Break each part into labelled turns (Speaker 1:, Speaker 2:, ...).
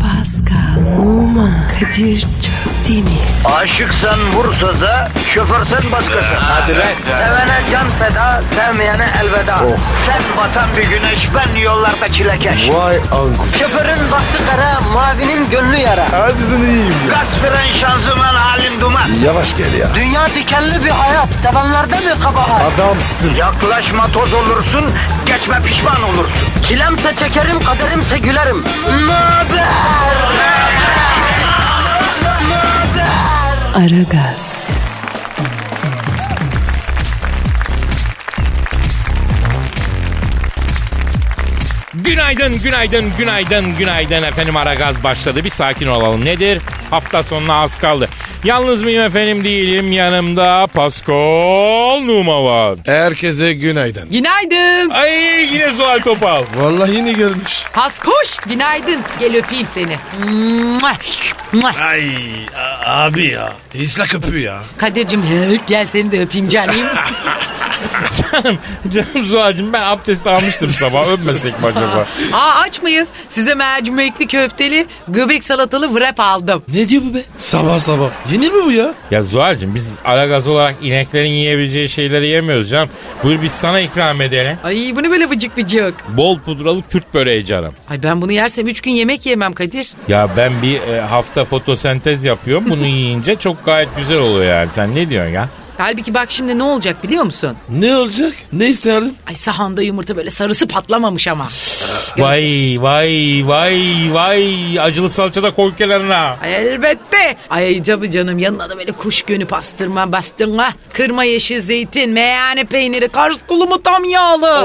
Speaker 1: Pascal, Oman, Kadir çok değil mi?
Speaker 2: Aşıksan vursa da şoförsen başkasın. Hadi
Speaker 3: lan.
Speaker 2: Sevene can feda, sevmeyene elveda. Sen batan bir güneş, ben yollarda çilekeş.
Speaker 3: Vay anku.
Speaker 2: Şoförün baktı kara, mavinin gönlü yara.
Speaker 3: Hadi sen iyiyim ya.
Speaker 2: Kasperen şanzıman halin duman.
Speaker 3: Yavaş gel ya.
Speaker 2: Dünya dikenli bir hayat, sevenlerde mi kabahar?
Speaker 3: Adamsın.
Speaker 2: Yaklaşma toz olursun, geçme pişman olursun. Çilemse çekerim, kaderimse gülerim. Möber!
Speaker 1: Aragaz,
Speaker 4: Günaydın, günaydın, günaydın, günaydın efendim ara gaz başladı. Bir sakin olalım. Nedir? Hafta sonuna az kaldı. Yalnız mıyım efendim değilim. Yanımda Pascal Numa var.
Speaker 3: Herkese günaydın.
Speaker 5: Günaydın.
Speaker 4: Ay yine Zuhal Topal.
Speaker 3: Vallahi yeni gelmiş.
Speaker 5: Has koş. Günaydın. Gel öpeyim seni. Mua, mua.
Speaker 3: Ay a- abi ya. Islak öpü ya.
Speaker 5: Kadir'cim hı, gel seni de öpeyim canım.
Speaker 4: canım, canım Zuhal'cığım ben abdest almıştım sabah. Öpmesek mi acaba?
Speaker 5: Aa aç mıyız? Size mercimekli köfteli, göbek salatalı wrap aldım.
Speaker 3: Ne diyor bu be? Sabah sabah. Yenir mi bu ya?
Speaker 4: Ya Zuhal'cığım biz ara gaz olarak ineklerin yiyebileceği şeyleri yemiyoruz canım. Buyur biz sana ikram edelim.
Speaker 5: Ay bu ne böyle vıcık vıcık.
Speaker 4: Bol pudralı Kürt böreği canım.
Speaker 5: Ay ben bunu yersem üç gün yemek yemem Kadir.
Speaker 4: Ya ben bir e, hafta fotosentez yapıyorum. Bunu yiyince çok gayet güzel oluyor yani. Sen ne diyorsun ya?
Speaker 5: Halbuki bak şimdi ne olacak biliyor musun?
Speaker 3: Ne olacak? Ne isterdin?
Speaker 5: Ay sahanda yumurta böyle sarısı patlamamış ama.
Speaker 4: Vay vay vay vay acılı salça da koy kenarına.
Speaker 5: Ay elbette. Ay tabii canım yanına da böyle kuş gönü pastırma bastırma. Kırma yeşil zeytin, meyhane peyniri, karus kulumu tam yağlı.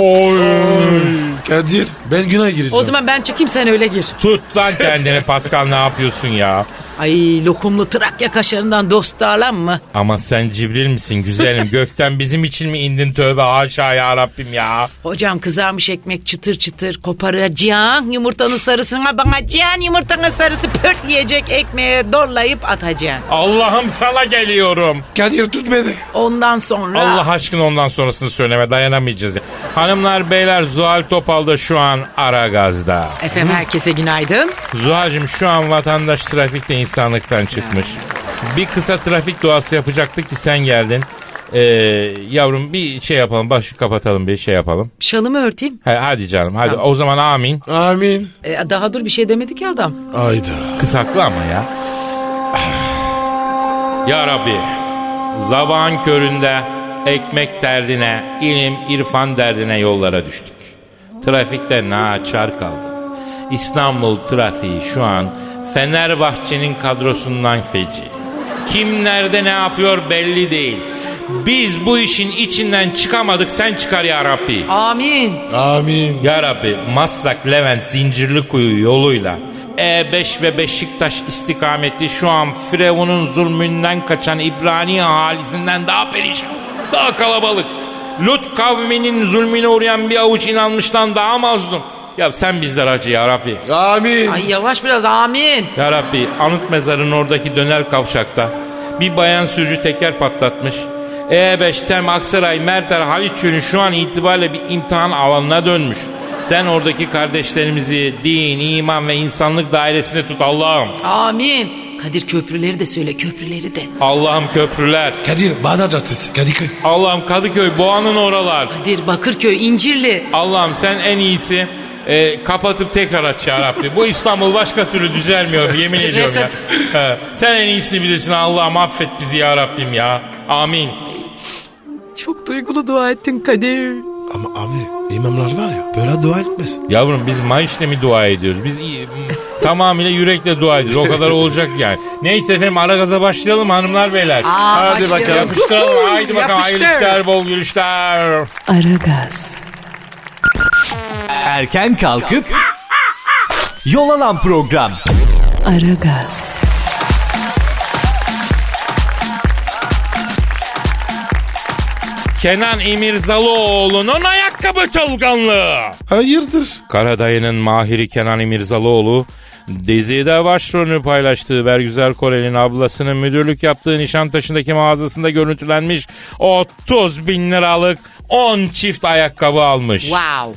Speaker 3: Kadir ben günah gireceğim.
Speaker 5: O zaman ben çıkayım sen öyle gir.
Speaker 4: Tut lan kendini Pascal ne yapıyorsun ya?
Speaker 5: Ay lokumlu Trakya kaşarından dostlarlan mı?
Speaker 4: Ama sen cibril misin güzelim? Gökten bizim için mi indin tövbe haşa ya Rabbim ya?
Speaker 5: Hocam kızarmış ekmek çıtır çıtır koparacağım yumurtanın sarısına bakacaksın yumurtanın sarısı pörtleyecek ekmeğe dorlayıp atacaksın.
Speaker 4: Allah'ım sana geliyorum.
Speaker 3: Kadir tut beni.
Speaker 5: Ondan sonra
Speaker 4: Allah aşkına ondan sonrasını söyleme dayanamayacağız. ya. Hanımlar beyler Zuhal Topal da şu an ara gazda.
Speaker 5: Efendim herkese günaydın.
Speaker 4: Zuhal'cığım şu an vatandaş trafikte insanlıktan çıkmış. Bir kısa trafik duası yapacaktık ki sen geldin. Ee, yavrum bir şey yapalım başı kapatalım bir şey yapalım.
Speaker 5: Şalımı örteyim.
Speaker 4: Ha, hadi canım hadi o zaman amin.
Speaker 3: Amin.
Speaker 5: E, daha dur bir şey demedi ki adam.
Speaker 3: Ayda.
Speaker 4: Kısaklı ama ya. ya Rabbi zaman köründe ekmek derdine ilim irfan derdine yollara düştük. Trafikte naçar kaldık. İstanbul trafiği şu an Fenerbahçe'nin kadrosundan feci. Kim nerede ne yapıyor belli değil. Biz bu işin içinden çıkamadık sen çıkar ya Rabbi.
Speaker 5: Amin.
Speaker 3: Amin.
Speaker 4: Ya Rabbi Maslak, Levent, Zincirlikuyu yoluyla E5 ve Beşiktaş istikameti şu an Firavun'un zulmünden kaçan İbrani ahalisinden daha perişan, daha kalabalık. Lut kavminin zulmüne uğrayan bir avuç inanmıştan daha mazlum. Ya sen bizler acı ya Rabbi.
Speaker 3: Amin.
Speaker 5: Ay yavaş biraz amin.
Speaker 4: Ya Rabbi anıt mezarın oradaki döner kavşakta bir bayan sürücü teker patlatmış. E5 Tem Aksaray Merter Haliç yönü şu an itibariyle bir imtihan alanına dönmüş. Sen oradaki kardeşlerimizi din, iman ve insanlık dairesinde tut Allah'ım.
Speaker 5: Amin. Kadir köprüleri de söyle köprüleri de.
Speaker 4: Allah'ım köprüler.
Speaker 3: Kadir Bağdat Caddesi. Kadıköy.
Speaker 4: Allah'ım Kadıköy Boğa'nın oralar.
Speaker 5: Kadir Bakırköy İncirli.
Speaker 4: Allah'ım sen en iyisi e, kapatıp tekrar aç ya Rabbi. Bu İstanbul başka türlü düzelmiyor yemin ediyorum ya.
Speaker 5: Reset.
Speaker 4: He, sen en iyisini bilirsin Allah'ım affet bizi ya Rabbim ya. Amin.
Speaker 5: Çok duygulu dua ettin Kadir.
Speaker 3: Ama abi imamlar var ya böyle dua etmez.
Speaker 4: Yavrum biz maaşla mi dua ediyoruz? Biz i- m- tamamıyla yürekle dua ediyoruz. O kadar olacak yani. Neyse efendim ara gaza başlayalım hanımlar beyler.
Speaker 5: Aa,
Speaker 3: Hadi
Speaker 5: başlayalım.
Speaker 3: bakalım.
Speaker 4: Yapıştıralım. Haydi bakalım.
Speaker 5: Yapıştır.
Speaker 4: Hayırlı işler, bol gülüşler.
Speaker 1: Aragaz,
Speaker 6: Erken kalkıp yol alan program.
Speaker 1: Aragaz,
Speaker 4: Kenan İmirzalıoğlu'nun ayakkabı çalkanlığı.
Speaker 3: Hayırdır?
Speaker 4: Karadayı'nın mahiri Kenan İmirzalıoğlu dizide başrolünü paylaştığı Bergüzar Korel'in ablasının müdürlük yaptığı Nişantaşı'ndaki mağazasında görüntülenmiş 30 bin liralık 10 çift ayakkabı almış.
Speaker 5: Wow.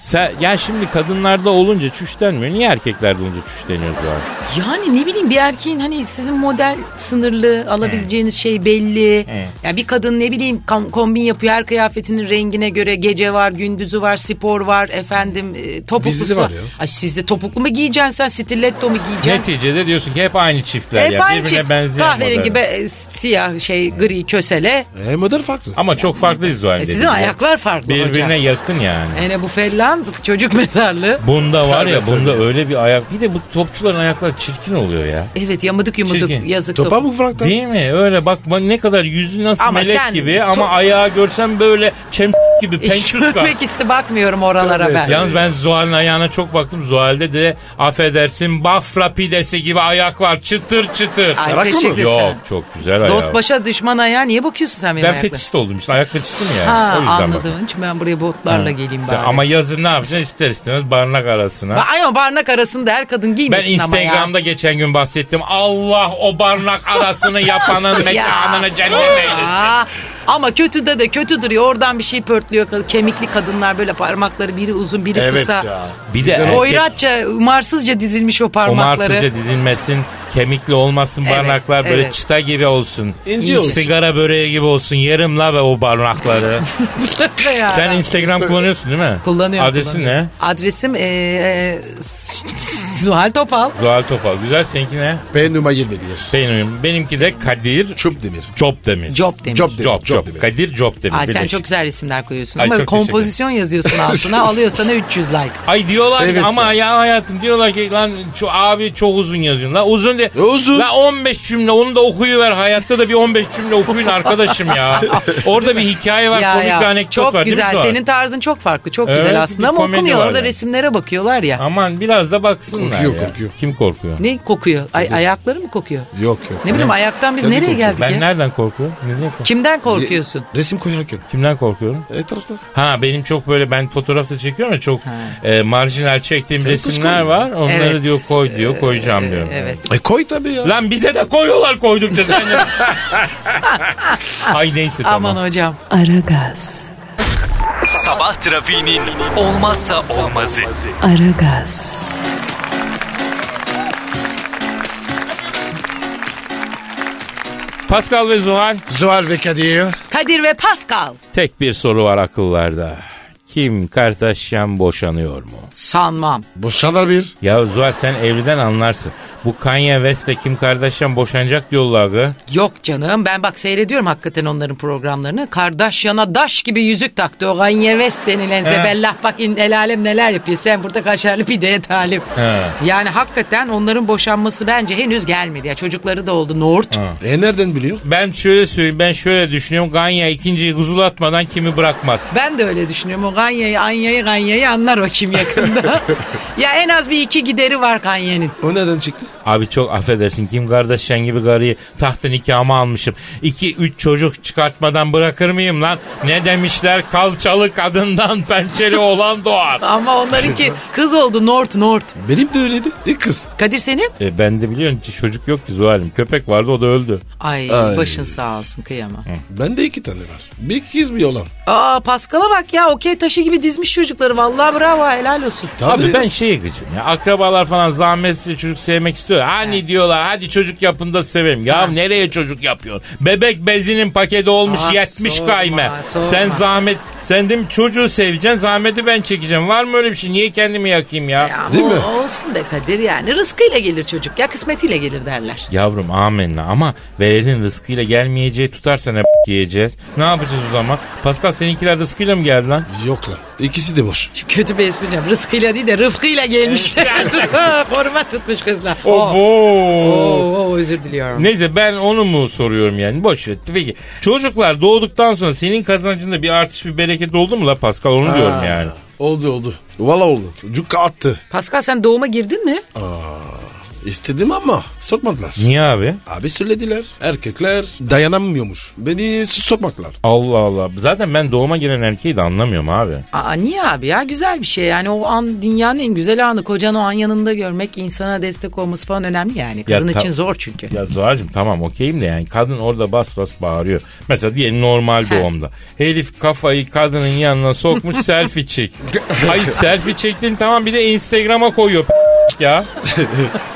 Speaker 4: Sen, yani şimdi kadınlarda olunca çüş denmiyor. Niye erkeklerde olunca çüş deniyoruz abi?
Speaker 5: Yani ne bileyim bir erkeğin hani sizin model sınırlı alabileceğiniz şey belli. Ya bir kadın ne bileyim kom- kombin yapıyor her kıyafetinin rengine göre gece var, gündüzü var, spor var, efendim e, topuklusu
Speaker 3: Bizde de var ya.
Speaker 5: Ay sizde topuklu mu giyeceksin sen, stiletto mu giyeceksin?
Speaker 4: Neticede diyorsun ki hep aynı çiftler
Speaker 5: Hep
Speaker 4: ya.
Speaker 5: aynı
Speaker 4: Birbirine
Speaker 5: çift.
Speaker 4: benzeyen
Speaker 5: Kahverengi
Speaker 4: model.
Speaker 5: be, e, siyah şey gri kösele.
Speaker 3: E, model farklı.
Speaker 4: Ama çok farklıyız o halde.
Speaker 5: E, sizin ayaklar farklı
Speaker 4: Birbirine
Speaker 5: hocam.
Speaker 4: yakın yani.
Speaker 5: Yani bu fellan çocuk mezarlığı.
Speaker 4: Bunda var ya
Speaker 3: Tabii,
Speaker 4: bunda
Speaker 3: tabii.
Speaker 4: öyle bir ayak. Bir de bu topçuların ayakları çirkin oluyor ya.
Speaker 5: Evet yamıdık yumuduk
Speaker 4: Çirkin.
Speaker 5: yazık.
Speaker 3: Topa
Speaker 5: topu.
Speaker 3: mı Frank'tan?
Speaker 4: Değil mi? Öyle bak bak ne kadar yüzü nasıl
Speaker 5: Ama
Speaker 4: melek
Speaker 5: sen
Speaker 4: gibi
Speaker 5: çok-
Speaker 4: ama ayağı görsen böyle çem gibi pençuska.
Speaker 5: Görmek iste E, bakmıyorum oralara
Speaker 3: Tabii,
Speaker 5: ben.
Speaker 3: tabii.
Speaker 4: Yalnız ben Zuhal'in ayağına çok baktım. Zuhal'de de affedersin bafra pidesi gibi ayak var. Çıtır çıtır.
Speaker 5: Ay
Speaker 3: Yaraklı mı?
Speaker 5: teşekkür
Speaker 4: Yok
Speaker 5: sana.
Speaker 4: çok güzel ayağı.
Speaker 5: Dost başa düşman ayağa niye bakıyorsun sen benim
Speaker 4: ben
Speaker 5: ayaklarıma?
Speaker 4: fetişist oldum işte. Ayak fetişistim yani.
Speaker 5: Ha
Speaker 4: o yüzden bak.
Speaker 5: anladım. Çünkü ben buraya botlarla geleyim bari.
Speaker 4: Ama yazın ne yapacaksın ister istemez barnak arasına.
Speaker 5: Ba- Ay ama barnak arasında her kadın
Speaker 4: Ben
Speaker 5: giymesin ama
Speaker 4: Instagram'da geçen gün bahsettim. Allah o barnak arasını yapanın mekanını cennet
Speaker 5: ya.
Speaker 4: eylesin.
Speaker 5: Aa, ama kötü de de kötü duruyor. Oradan bir şey pörtlüyor. Ka- Kemikli kadınlar böyle parmakları biri uzun biri
Speaker 3: Evet
Speaker 5: kısa.
Speaker 3: ya.
Speaker 4: Bir de erkek-
Speaker 5: Hoyratça, umarsızca dizilmiş o parmakları.
Speaker 4: Umarsızca dizilmesin, kemikli olmasın
Speaker 5: Evet,
Speaker 4: barnaklar böyle
Speaker 5: evet.
Speaker 4: çıta gibi olsun.
Speaker 3: İnce olsun.
Speaker 4: Sigara böreği gibi olsun. Yerim la ve o barnakları.
Speaker 5: Ya.
Speaker 4: Sen Instagram kullanıyorsun değil mi?
Speaker 5: Kullanıyorum.
Speaker 4: Adresin
Speaker 5: kullanıyorum.
Speaker 4: ne?
Speaker 5: Adresim ee, e, Zuhal Topal.
Speaker 4: Zuhal Topal. Güzel seninki ne?
Speaker 3: Ben numara 21.
Speaker 4: Benim, benimki de Kadir
Speaker 3: Çöp demir.
Speaker 4: Copdemir.
Speaker 5: Job demiş.
Speaker 3: Job demir.
Speaker 4: Job, Job.
Speaker 3: demir.
Speaker 4: Kadir Copdemir.
Speaker 5: Ay sen
Speaker 4: Birleşik.
Speaker 5: çok güzel resimler koyuyorsun
Speaker 4: Ay,
Speaker 5: ama
Speaker 4: çok teşekkür
Speaker 5: kompozisyon yazıyorsun altına alıyor sana 300 like.
Speaker 4: Ay diyorlar
Speaker 3: Evet
Speaker 4: ki, ama
Speaker 3: ya.
Speaker 4: ya hayatım diyorlar ki lan şu abi çok uzun yazıyorsun. La uzun de.
Speaker 3: Ne uzun?
Speaker 4: La 15 cümle onu da okuyuver. Hayatta da bir 15 cümle okuyun arkadaşım ya. Orada bir hikaye var komik bir anekdot
Speaker 5: çok
Speaker 4: var. değil mi
Speaker 5: güzel
Speaker 4: Suat?
Speaker 5: senin tarzın çok farklı çok
Speaker 4: Evet,
Speaker 5: güzel aslında
Speaker 4: bir
Speaker 5: ama
Speaker 4: komedi
Speaker 5: okumuyorlar
Speaker 4: var
Speaker 5: da
Speaker 4: yani.
Speaker 5: resimlere bakıyorlar ya.
Speaker 4: Aman biraz da baksınlar
Speaker 3: Korkuyor,
Speaker 4: ya.
Speaker 3: korkuyor.
Speaker 4: Kim korkuyor?
Speaker 5: Ne kokuyor? Ay, ayakları mı kokuyor?
Speaker 3: Yok yok.
Speaker 5: Ne bileyim ayaktan biz
Speaker 3: Tabii
Speaker 5: nereye
Speaker 3: kokuyor.
Speaker 5: geldik
Speaker 4: Ben
Speaker 5: ya?
Speaker 4: nereden korkuyorum? Neden korkuyorum?
Speaker 5: Kimden korkuyorsun?
Speaker 3: Resim koyarken.
Speaker 4: Kimden korkuyorum?
Speaker 3: E tarafta.
Speaker 4: Ha benim çok böyle ben fotoğrafta çekiyorum ya çok e, marjinal çektiğim resimler var. Onları
Speaker 5: Evet. E,
Speaker 4: diyor koy diyor koyacağım diyorum.
Speaker 5: Evet.
Speaker 3: E koy tabii ya.
Speaker 4: Lan bize de koyuyorlar koydukça sen. de- Ay neyse tamam.
Speaker 5: Aman hocam.
Speaker 1: Aragaz,
Speaker 6: Sabah trafiğinin olmazsa olmazı.
Speaker 1: Aragaz,
Speaker 4: Pascal ve Zuhal
Speaker 3: Zuhal ve Kadir.
Speaker 5: Kadir ve Pascal.
Speaker 4: tek bir soru var akıllarda. Kim Kardashian boşanıyor mu?
Speaker 5: Sanmam.
Speaker 3: Boşanlar bir.
Speaker 4: Ya Zuhal sen evliden anlarsın. Bu Kanye West'le Kim Kardashian boşanacak diyorlar gı.
Speaker 5: Yok canım ben bak seyrediyorum hakikaten onların programlarını. Kardeş yana daş gibi yüzük taktı. O Kanye West denilen zebellah bak in- el alem neler yapıyor. Sen burada kaşarlı pideye talip.
Speaker 4: He.
Speaker 5: Yani hakikaten onların boşanması bence henüz gelmedi. Ya çocukları da oldu Nohurt.
Speaker 3: E nereden biliyor?
Speaker 4: Ben şöyle söyleyeyim ben şöyle düşünüyorum. Kanye ikinciyi huzulatmadan kimi bırakmaz.
Speaker 5: Ben de öyle düşünüyorum. O Kanye'yi, Anya'yı, Kanye'yi anlar o kim yakında. ya en az bir iki gideri var Kanye'nin.
Speaker 3: O nereden çıktı?
Speaker 4: Abi çok affedersin Kim Kardashian gibi karıyı tahtın nikahıma almışım. 2-3 çocuk çıkartmadan bırakır mıyım lan? Ne demişler kalçalı kadından pençeli olan doğar.
Speaker 5: Ama onlarınki kız oldu Nort Nort.
Speaker 3: Benim de öyleydi. E kız.
Speaker 5: Kadir senin?
Speaker 4: E, ben de biliyorum ki çocuk yok ki Zuhal'im. Köpek vardı o da öldü.
Speaker 5: Ay,
Speaker 3: Ay.
Speaker 5: başın sağ olsun kıyamam.
Speaker 3: Bende iki tane var. Bir kız bir olan.
Speaker 5: Aa Paskal'a bak ya okey taşı gibi dizmiş çocukları. Vallahi bravo helal olsun.
Speaker 4: Abi ben şey gıcım ya akrabalar falan zahmetsiz çocuk sevmek istiyor. Hani diyorlar hadi çocuk yapın da seveyim. Ya nereye çocuk yapıyorsun? Bebek bezinin paketi olmuş
Speaker 5: Ah,
Speaker 4: 70
Speaker 5: sorma,
Speaker 4: kayme.
Speaker 5: sorma.
Speaker 4: Sen zahmet sen değil mi çocuğu seveceksin zahmeti ben çekeceğim. Var mı öyle bir şey? Niye kendimi yakayım ya?
Speaker 5: Ya
Speaker 3: Değil
Speaker 5: o-
Speaker 3: mi?
Speaker 5: Olsun be Kadir yani. Rızkıyla gelir çocuk ya kısmetiyle gelir derler.
Speaker 4: Yavrum amenna ama verenin rızkıyla gelmeyeceği tutarsa ne yiyeceğiz? Ne yapacağız o zaman? Pascal seninkiler rızkıyla mı geldi lan?
Speaker 3: Yok lan. İkisi de boş.
Speaker 5: Şu kötü bir espri yapacağım. Rızkıyla değil de rıfkıyla gelmiş. Forma tutmuş kızla.
Speaker 4: Obo!
Speaker 5: Oo, oo, özür diliyorum.
Speaker 4: Neyse ben onu mu soruyorum yani boş ver. Peki çocuklar doğduktan sonra senin kazancında bir artış bir bereket oldu mu la Pascal onu diyorum yani.
Speaker 3: Oldu oldu. Valla oldu. Cukka attı.
Speaker 5: Pascal sen doğuma girdin mi?
Speaker 3: İstedim ama sokmadılar.
Speaker 4: Niye abi?
Speaker 3: Abi söylediler. Erkekler dayanamıyormuş. Beni s- sokmaklar.
Speaker 4: Allah Allah. Zaten ben doğuma giren erkeği de anlamıyorum abi.
Speaker 5: Aa niye abi ya güzel bir şey yani o an dünyanın en güzel anı kocan o an yanında görmek insana destek olması falan önemli yani. Kadın
Speaker 4: ta-
Speaker 5: için zor çünkü.
Speaker 4: Ya Zuhal'cığım tamam okeyim de yani kadın orada bas bas bağırıyor. Mesela diyelim normal doğumda. Herif kafayı kadının yanına sokmuş selfie çek. Hayır selfie çektin tamam bir de Instagram'a koyuyor ya.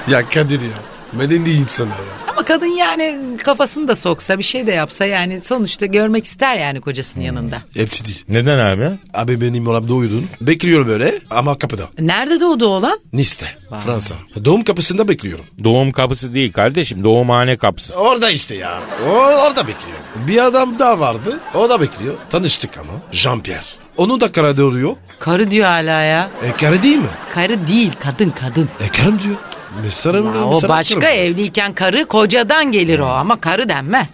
Speaker 3: Ya Kadir ya. Ben ne diyeyim sana ya.
Speaker 5: Ama kadın yani kafasını da soksa bir şey de yapsa yani sonuçta görmek ister yani kocasının
Speaker 4: Hmm.
Speaker 5: yanında.
Speaker 3: Hepsi değil.
Speaker 4: Neden abi?
Speaker 3: Abi benim olamda uyudun. Bekliyorum böyle ama kapıda.
Speaker 5: Nerede doğdu oğlan?
Speaker 3: Nice'te. Fransa. Doğum kapısında bekliyorum.
Speaker 4: Doğum kapısı değil kardeşim doğumhane kapısı.
Speaker 3: Orada işte ya. O, orada bekliyorum. Bir adam daha vardı. O da bekliyor. Tanıştık ama. Jean-Pierre. Onu da kara doğuruyor.
Speaker 5: Karı diyor hala ya.
Speaker 3: E karı değil mi?
Speaker 5: Karı değil kadın kadın.
Speaker 3: E karım diyor. Mesela
Speaker 5: Ya o başka evliyken karı kocadan gelir
Speaker 4: Hmm.
Speaker 5: o ama karı denmez.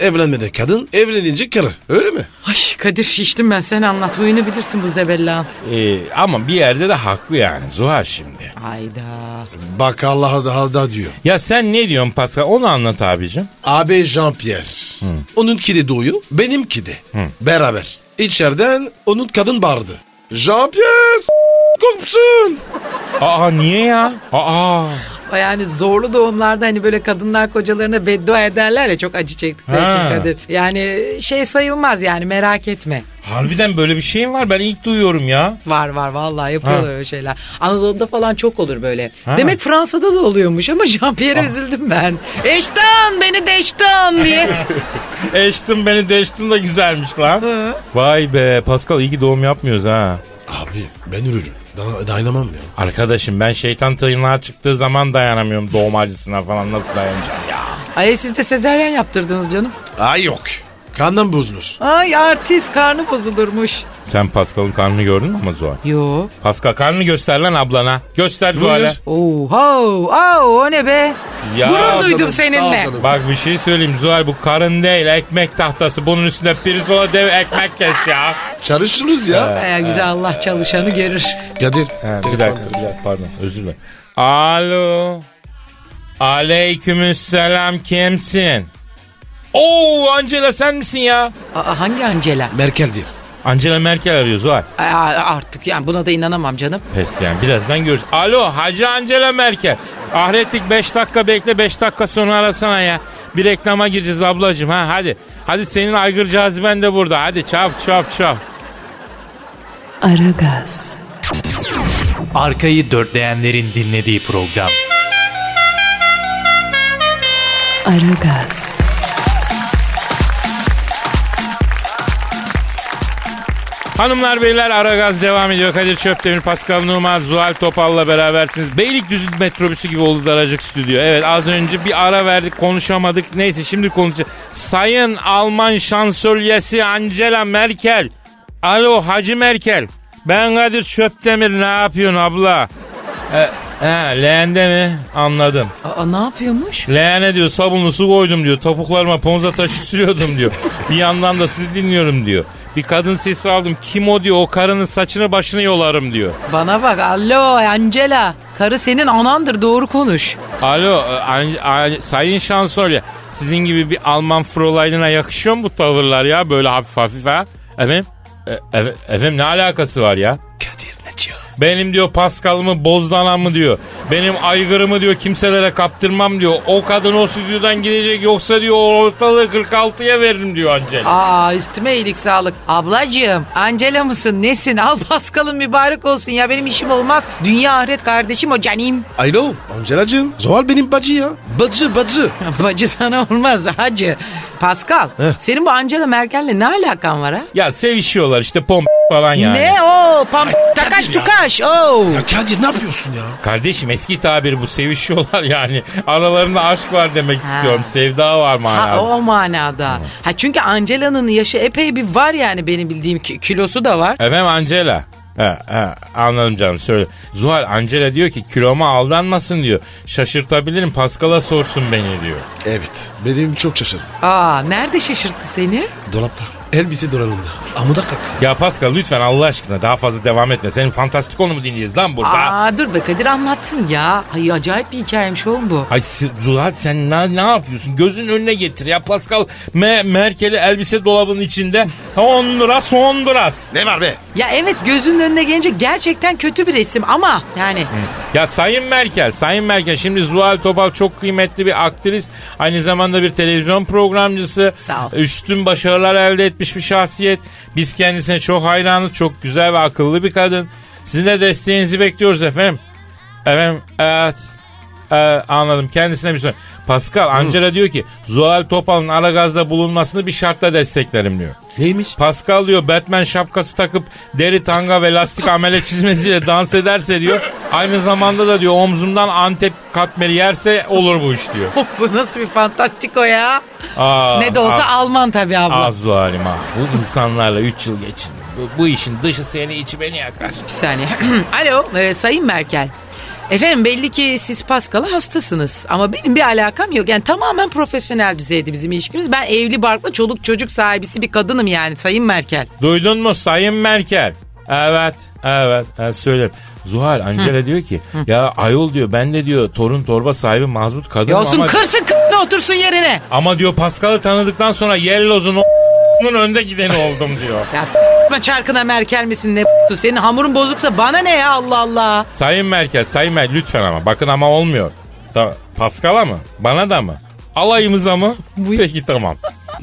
Speaker 3: Evlenmedi Eh, kadın, evlenince karı. Öyle mi?
Speaker 5: Ay Kadir şiştim ben sen anlat huyunu bilirsin bu zebellan.
Speaker 4: Ee, ama bir yerde de haklı yani Zuhal şimdi.
Speaker 5: Hayda.
Speaker 3: Bak Allah'a daha da diyor.
Speaker 4: Ya sen ne diyorsun Pascal onu anlat abicim.
Speaker 3: Abi Jean-Pierre.
Speaker 5: Hmm.
Speaker 3: Onunki de doğuyor, benimki de. Beraber. İçeriden onun kadın bağırdı. Jean-Pierre! Komşun!
Speaker 4: Aa niye ya? Aa.
Speaker 5: O yani zorlu doğumlarda hani böyle kadınlar kocalarına beddua ederler ya çok acı çektikleri
Speaker 4: Ha.
Speaker 5: için Kadir. Yani şey sayılmaz yani merak etme.
Speaker 4: Harbiden böyle bir şey mi var? Ben ilk duyuyorum ya.
Speaker 5: Var var vallahi yapıyorlar öyle şeyler. Anadolu'da falan çok olur böyle.
Speaker 4: Ha. Ah.
Speaker 5: Demek Fransa'da da oluyormuş ama Jean-Pierre'e üzüldüm ben. Eştan beni deştan diye.
Speaker 4: Eştin beni deştin de güzelmiş lan. Vay be Pascal iyi ki doğum yapmıyoruz ha.
Speaker 3: Abi ben ürürüm. Da- dayanamam ya.
Speaker 4: Arkadaşım ben şeytan tırnağa çıktığı zaman dayanamıyorum doğum acısına falan nasıl dayanacağım ya.
Speaker 5: Ay siz de sezeryen yaptırdınız canım.
Speaker 3: Ay yok. Kandan bozulur.
Speaker 5: Ay artist karnı bozulurmuş.
Speaker 4: Sen Pascal'ın karnını gördün mü ama Zuhal?
Speaker 5: Yo.
Speaker 4: Pascal karnını göster lan ablana. Göster Zuhal'e.
Speaker 5: Oha. Au o ne be?
Speaker 4: Ya.
Speaker 5: Gurur
Speaker 3: ol
Speaker 5: duydum
Speaker 3: canım,
Speaker 5: seninle.
Speaker 3: sağ ol canım.
Speaker 4: Bak bir şey söyleyeyim Zuhal bu karın değil ekmek tahtası. Bunun üstüne pirzola dev ekmek kes ya.
Speaker 3: Çalışırız ya.
Speaker 5: Baya güzel Allah çalışanı görür.
Speaker 3: Kadir.
Speaker 4: Ha,
Speaker 3: telefon
Speaker 4: bir dakika
Speaker 3: ver.
Speaker 4: bir dakika pardon özür dilerim. Alo. Aleykümselam kimsin? Oo Angela sen misin ya?
Speaker 5: Aa, hangi Angela?
Speaker 3: Merkel'dir.
Speaker 4: Angela Merkel arıyor Zuhal.
Speaker 5: Aa, artık yani buna da inanamam canım.
Speaker 4: Pes yani birazdan görüş. Alo Hacı Angela Merkel. Ahretlik 5 dakika bekle 5 dakika sonra arasana ya. Bir reklama gireceğiz ablacığım ha hadi. Hadi senin aygır caziben de burada. Hadi çap çap çap.
Speaker 1: Aragaz,
Speaker 6: Arkayı dörtleyenlerin dinlediği program.
Speaker 1: Aragaz,
Speaker 4: Hanımlar beyler Aragaz devam ediyor. Kadir Çöptemir, Pascal Numa, Zuhal Topal'la berabersiniz. Beylikdüzü metrobüsü gibi oldu daracık stüdyo. Evet az önce bir ara verdik konuşamadık. Neyse şimdi konuşacağız. Sayın Alman şansölyesi Angela Merkel. Alo Hacı Merkel. Ben Kadir Çöptemir ne yapıyorsun abla? E, he, leğende mi? Anladım.
Speaker 5: Aa, ne yapıyormuş?
Speaker 4: Leğene diyor sabunlu su koydum diyor. Topuklarıma ponza taşı sürüyordum diyor. Bir yandan da sizi dinliyorum diyor. Bir kadın sesi aldım. Kim o diyor. O karının saçını başını yolarım diyor.
Speaker 5: Bana bak alo Angela. Karı senin anandır doğru konuş.
Speaker 4: Alo e, an- a- sayın şansölye. Sizin gibi bir Alman Fräulein'ine yakışıyor mu bu tavırlar ya? Böyle hafif hafif ha? Efendim? E, efe- efendim ne alakası var ya?
Speaker 3: Kadir ne diyor?
Speaker 4: Benim diyor Paskal'ımı bozdanamı diyor. Benim aygırımı diyor kimselere kaptırmam diyor. O kadın o stüdyodan gidecek yoksa diyor ortalığı 46'ya veririm diyor Angela.
Speaker 5: Aa üstüme iyilik sağlık. Ablacığım Angela mısın nesin al paskalın mübarek olsun ya benim işim olmaz. Dünya ahiret kardeşim o canim.
Speaker 3: Alo Angela'cığım. Zuhal benim bacı ya. Bacı bacı.
Speaker 5: Bacı sana olmaz hacı. Pascal senin bu Angela Merkel'le ne alakan var ha?
Speaker 4: Ya sevişiyorlar işte pomp falan yani.
Speaker 5: Ne o pam
Speaker 3: tabii
Speaker 5: takaş
Speaker 3: ya.
Speaker 5: tukaş oh. o.
Speaker 3: Ya Kadir ne yapıyorsun ya?
Speaker 4: Kardeşim eski tabir bu sevişiyorlar yani. Aralarında aşk var demek
Speaker 5: Ha.
Speaker 4: istiyorum. Sevda var manada.
Speaker 5: Ha, o manada. Ha çünkü Angela'nın yaşı epey bir var yani benim bildiğim ki- kilosu da var.
Speaker 4: Efendim Angela. He, he, anladım canım söyle. Zuhal Angela diyor ki kiloma aldanmasın diyor. Şaşırtabilirim Paskal'a sorsun beni diyor.
Speaker 3: Evet. Benim çok şaşırdı.
Speaker 5: Aa nerede şaşırttı seni?
Speaker 3: Dolapta. elbise duralım da. Amuda kalk.
Speaker 4: Ya Pascal lütfen Allah aşkına daha fazla devam etme. Senin fantastik mu dinleyeceğiz lan burada?
Speaker 5: Aa dur be Kadir anlatsın ya. Ay acayip bir hikayeymiş oğlum bu.
Speaker 4: Ay si- Zuhal sen ne, ne yapıyorsun? Gözün önüne getir ya Pascal Me- Merkel'i elbise dolabının içinde. Honduras Honduras.
Speaker 3: Ne var be?
Speaker 5: Ya evet gözünün önüne gelince gerçekten kötü bir resim ama yani
Speaker 4: Ya Sayın Merkel, Sayın Merkel şimdi Zuhal Topal çok kıymetli bir aktrist. Aynı zamanda bir televizyon programcısı.
Speaker 5: Sağ ol.
Speaker 4: Üstün başarılar elde etmiş bir şahsiyet. Biz kendisine çok hayranız. Çok güzel ve akıllı bir kadın. Sizin de desteğinizi bekliyoruz efendim. Efendim evet. Ee, anladım. Kendisine bir soru. Pascal, Angela diyor ki Zuhal Topal'ın Aragaz'da bulunmasını bir şartla desteklerim diyor.
Speaker 3: Neymiş?
Speaker 4: Pascal diyor Batman şapkası takıp deri tanga ve lastik amele çizmesiyle dans ederse diyor. Aynı zamanda da diyor omzumdan Antep katmeri yerse olur bu iş diyor.
Speaker 5: bu nasıl bir fantastiko ya.
Speaker 4: Aa,
Speaker 5: ne de olsa
Speaker 4: az,
Speaker 5: Alman tabii abla.
Speaker 4: az zalim ha. Bu insanlarla 3 yıl geçin. Bu, bu işin dışı seni içi beni yakar.
Speaker 5: Bir saniye. Alo e, Sayın Merkel. Efendim belli ki siz Pascal'a hastasınız ama benim bir alakam yok. Yani tamamen profesyonel düzeyde bizim ilişkimiz. Ben evli barklı çoluk çocuk sahibisi bir kadınım yani Sayın Merkel.
Speaker 4: Duydun mu Sayın Merkel? Evet, evet, evet söylerim. Zuhal Angela diyor ki ya ayol diyor ben de diyor torun torba sahibi mazbut kadın
Speaker 5: Yolsun
Speaker 4: ama,
Speaker 5: kırsın k***ne otursun yerine.
Speaker 4: ama diyor Pascal'ı tanıdıktan sonra Yellows'un o önde gideni oldum diyor.
Speaker 5: Ya s**tme çarkına Merkel misin ne p***tu? Senin hamurun bozuksa bana ne ya Allah Allah.
Speaker 4: Sayın Merkel, Sayın Merkel lütfen ama. Bakın ama olmuyor. Da, Paskal'a mı? Bana da mı? Alayımıza mı? Peki tamam.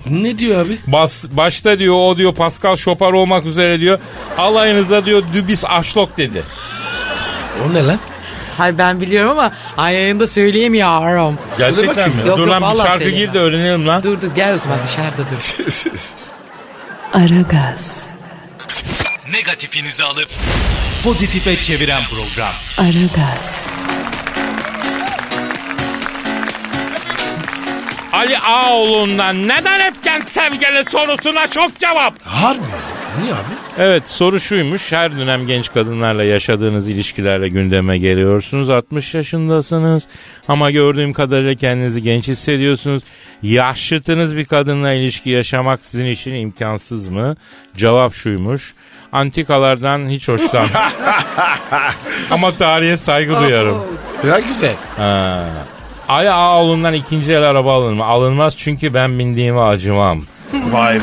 Speaker 3: Ne diyor abi?
Speaker 4: Bas, başta diyor o diyor Pascal Şopar olmak üzere diyor. Alayınıza diyor Dübis Aşlok dedi.
Speaker 3: O ne lan?
Speaker 5: Hayır ben biliyorum ama ay yayında söyleyemiyorum.
Speaker 4: Gerçekten
Speaker 3: bakayım
Speaker 4: mi?
Speaker 5: ya. Yok,
Speaker 4: dur
Speaker 5: yok,
Speaker 4: lan bir
Speaker 5: vallahi
Speaker 4: şarkı
Speaker 5: söyleyeyim
Speaker 4: gir de öğrenelim lan.
Speaker 5: Dur dur gel o zaman dışarıda dur.
Speaker 1: Aragaz,
Speaker 6: Negatifinizi alıp pozitife çeviren program.
Speaker 1: Aragaz,
Speaker 4: Ali Ağoğlu'ndan neden etken sevgili sorusuna çok cevap.
Speaker 3: Harbi. Niye abi?
Speaker 4: Evet soru şuymuş. Her dönem genç kadınlarla yaşadığınız ilişkilerle gündeme geliyorsunuz. 60 yaşındasınız ama gördüğüm kadarıyla kendinizi genç hissediyorsunuz. Yaşıtınız bir kadınla ilişki yaşamak sizin için imkansız mı? Cevap şuymuş. Antikalardan hiç hoşlanmam. ama tarihe saygı duyarım.
Speaker 3: Ya güzel.
Speaker 4: Ha. Ali Ağaoğlu'ndan ikinci el araba alınır mı? Alınmaz çünkü ben bindiğime acımam.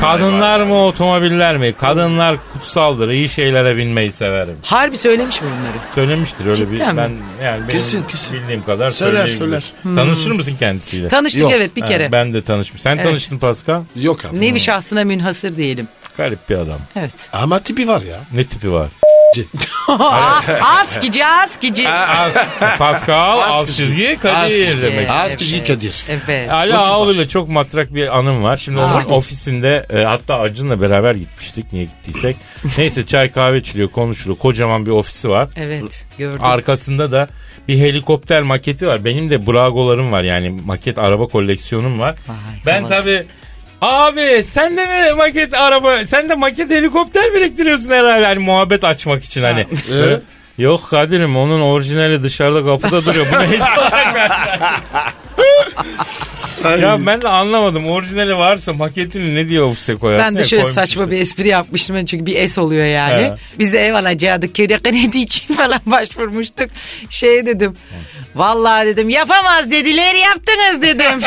Speaker 4: Kadınlar mı otomobiller mi? Kadınlar kutsaldır. iyi şeylere binmeyi severim.
Speaker 5: Harbi söylemiş mi bunları?
Speaker 4: Söylemiştir öyle bir.
Speaker 5: Cidden mi?
Speaker 4: Ben yani benim
Speaker 3: Kesin, kesin.
Speaker 4: bildiğim kadar
Speaker 3: Söyler,
Speaker 4: söyleyebilir.
Speaker 3: söyler.
Speaker 4: Tanışır mısın kendisiyle?
Speaker 5: Tanıştık
Speaker 3: Yok.
Speaker 5: evet bir
Speaker 4: Ha,
Speaker 5: kere.
Speaker 4: ben de tanışmış. Sen tanıştın Pascal.
Speaker 3: Yok abi.
Speaker 5: Nevi şahsına münhasır diyelim.
Speaker 4: Garip bir adam.
Speaker 5: Evet.
Speaker 3: Ama tipi var ya.
Speaker 4: Ne tipi var?
Speaker 5: Aa, askici askici.
Speaker 4: Al- Pascal, alt çizgi, Kadir demek.
Speaker 3: Az kişi Kadir.
Speaker 5: Evet.
Speaker 4: Ali Ağaoğlu'yla çok matrak bir anım var. Şimdi onun ofisinde e, hatta Acun'la beraber gitmiştik niye gittiysek. Neyse çay kahve içiliyor konuşuluyor. Kocaman bir ofisi var.
Speaker 5: Evet gördüm.
Speaker 4: Arkasında da bir helikopter maketi var. Benim de Brago'larım var yani maket araba koleksiyonum var. ben
Speaker 5: havalı.
Speaker 4: tabii abi sen de mi maket araba sen de maket helikopter biriktiriyorsun herhalde hani muhabbet açmak için hani. Böyle, Yok Kadir'im onun orijinali dışarıda kapıda duruyor. Bunu hiç olarak versen." Ya ben de anlamadım. Orijinali varsa maketini ne diye ofise koyarsın?
Speaker 5: ben de
Speaker 4: Ya,
Speaker 5: şöyle
Speaker 4: koymuş
Speaker 5: saçma
Speaker 4: işte.
Speaker 5: bir espri yapmıştım çünkü bir S oluyor yani.
Speaker 4: He.
Speaker 5: Biz de ev alacaktık kedi kredi için falan başvurmuştuk. Şey dedim. Vallahi dedim yapamaz dediler yaptınız dedim.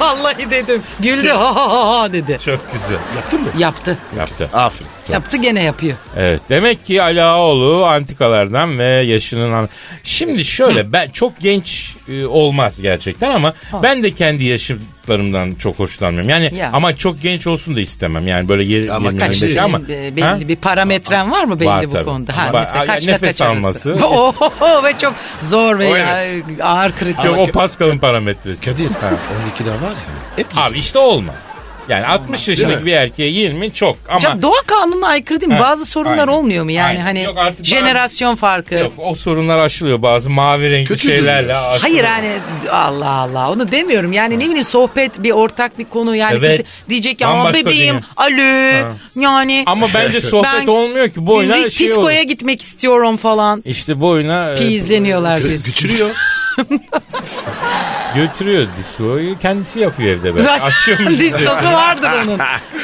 Speaker 5: Vallahi dedim. Güldü ho ho ho ho dedi.
Speaker 4: Çok güzel
Speaker 3: Yaptın mı?
Speaker 5: Yaptı.
Speaker 4: yaptı.
Speaker 3: Aferin.
Speaker 5: Yaptı gene yapıyor.
Speaker 4: Evet demek ki Alaoğlu antikalardan ve yaşının an- Şimdi şöyle ben çok genç e, olmaz gerçekten ama ben de kendi yaşıtlarımdan çok hoşlanmıyorum. Yani
Speaker 5: Ya.
Speaker 4: ama çok genç olsun da istemem. Yani böyle yeri
Speaker 3: Ama
Speaker 4: yirmi,
Speaker 3: kaç
Speaker 4: yirmi beş
Speaker 5: Kaç
Speaker 3: yaşın-
Speaker 4: şey ama
Speaker 5: ama, belli
Speaker 4: Ha?
Speaker 5: bir parametren var mı belli
Speaker 4: Var
Speaker 5: bu
Speaker 4: tabii.
Speaker 5: konuda? Ha,
Speaker 4: Var.
Speaker 5: mesela
Speaker 4: Ay,
Speaker 5: kaçta
Speaker 4: nefes
Speaker 5: kaç arası?
Speaker 4: alması.
Speaker 5: Ohoho, ve çok zor ve
Speaker 4: O
Speaker 5: ya-
Speaker 4: evet.
Speaker 5: ağır kritik.
Speaker 4: Yok o Pascal'ın parametresi.
Speaker 3: Kadir.
Speaker 4: Ha.
Speaker 3: 12'ler var ya. Hep
Speaker 4: Abi işte olmaz. Yani 60 yaşındaki
Speaker 3: mi?
Speaker 4: bir erkeğe 20 çok ama
Speaker 5: Hocam doğa kanununa aykırı değil mi?
Speaker 4: Ha,
Speaker 5: Bazı sorunlar
Speaker 4: aynen.
Speaker 5: olmuyor mu? Yani
Speaker 4: Aynen.
Speaker 5: hani
Speaker 4: Yok, artık bazı-
Speaker 5: jenerasyon farkı.
Speaker 4: yok o sorunlar aşılıyor bazı mavi renkli
Speaker 3: Kötü
Speaker 4: şeylerle.
Speaker 3: görünüyor.
Speaker 4: aşılıyor.
Speaker 5: Hayır hani Allah Allah onu demiyorum. Yani ne bileyim sohbet bir ortak bir konu yani
Speaker 4: Evet.
Speaker 5: kötü- diyecek ya
Speaker 4: Bambaşka
Speaker 5: "Aa, bebeğim
Speaker 4: dünya."
Speaker 5: alo yani
Speaker 4: Ama bence sohbet
Speaker 5: Ben-
Speaker 4: olmuyor ki bu
Speaker 5: bir
Speaker 4: oyuna şey
Speaker 5: diskoya
Speaker 4: olur.
Speaker 5: gitmek istiyorum falan.
Speaker 4: İşte bu oyuna e,
Speaker 5: Pizleniyorlar biz.
Speaker 3: Küçülüyor.
Speaker 4: Götürüyor diskoyu kendisi yapıyor evde ben.
Speaker 5: Zaten
Speaker 4: Açıyormuş.
Speaker 5: Diskosu vardır onun.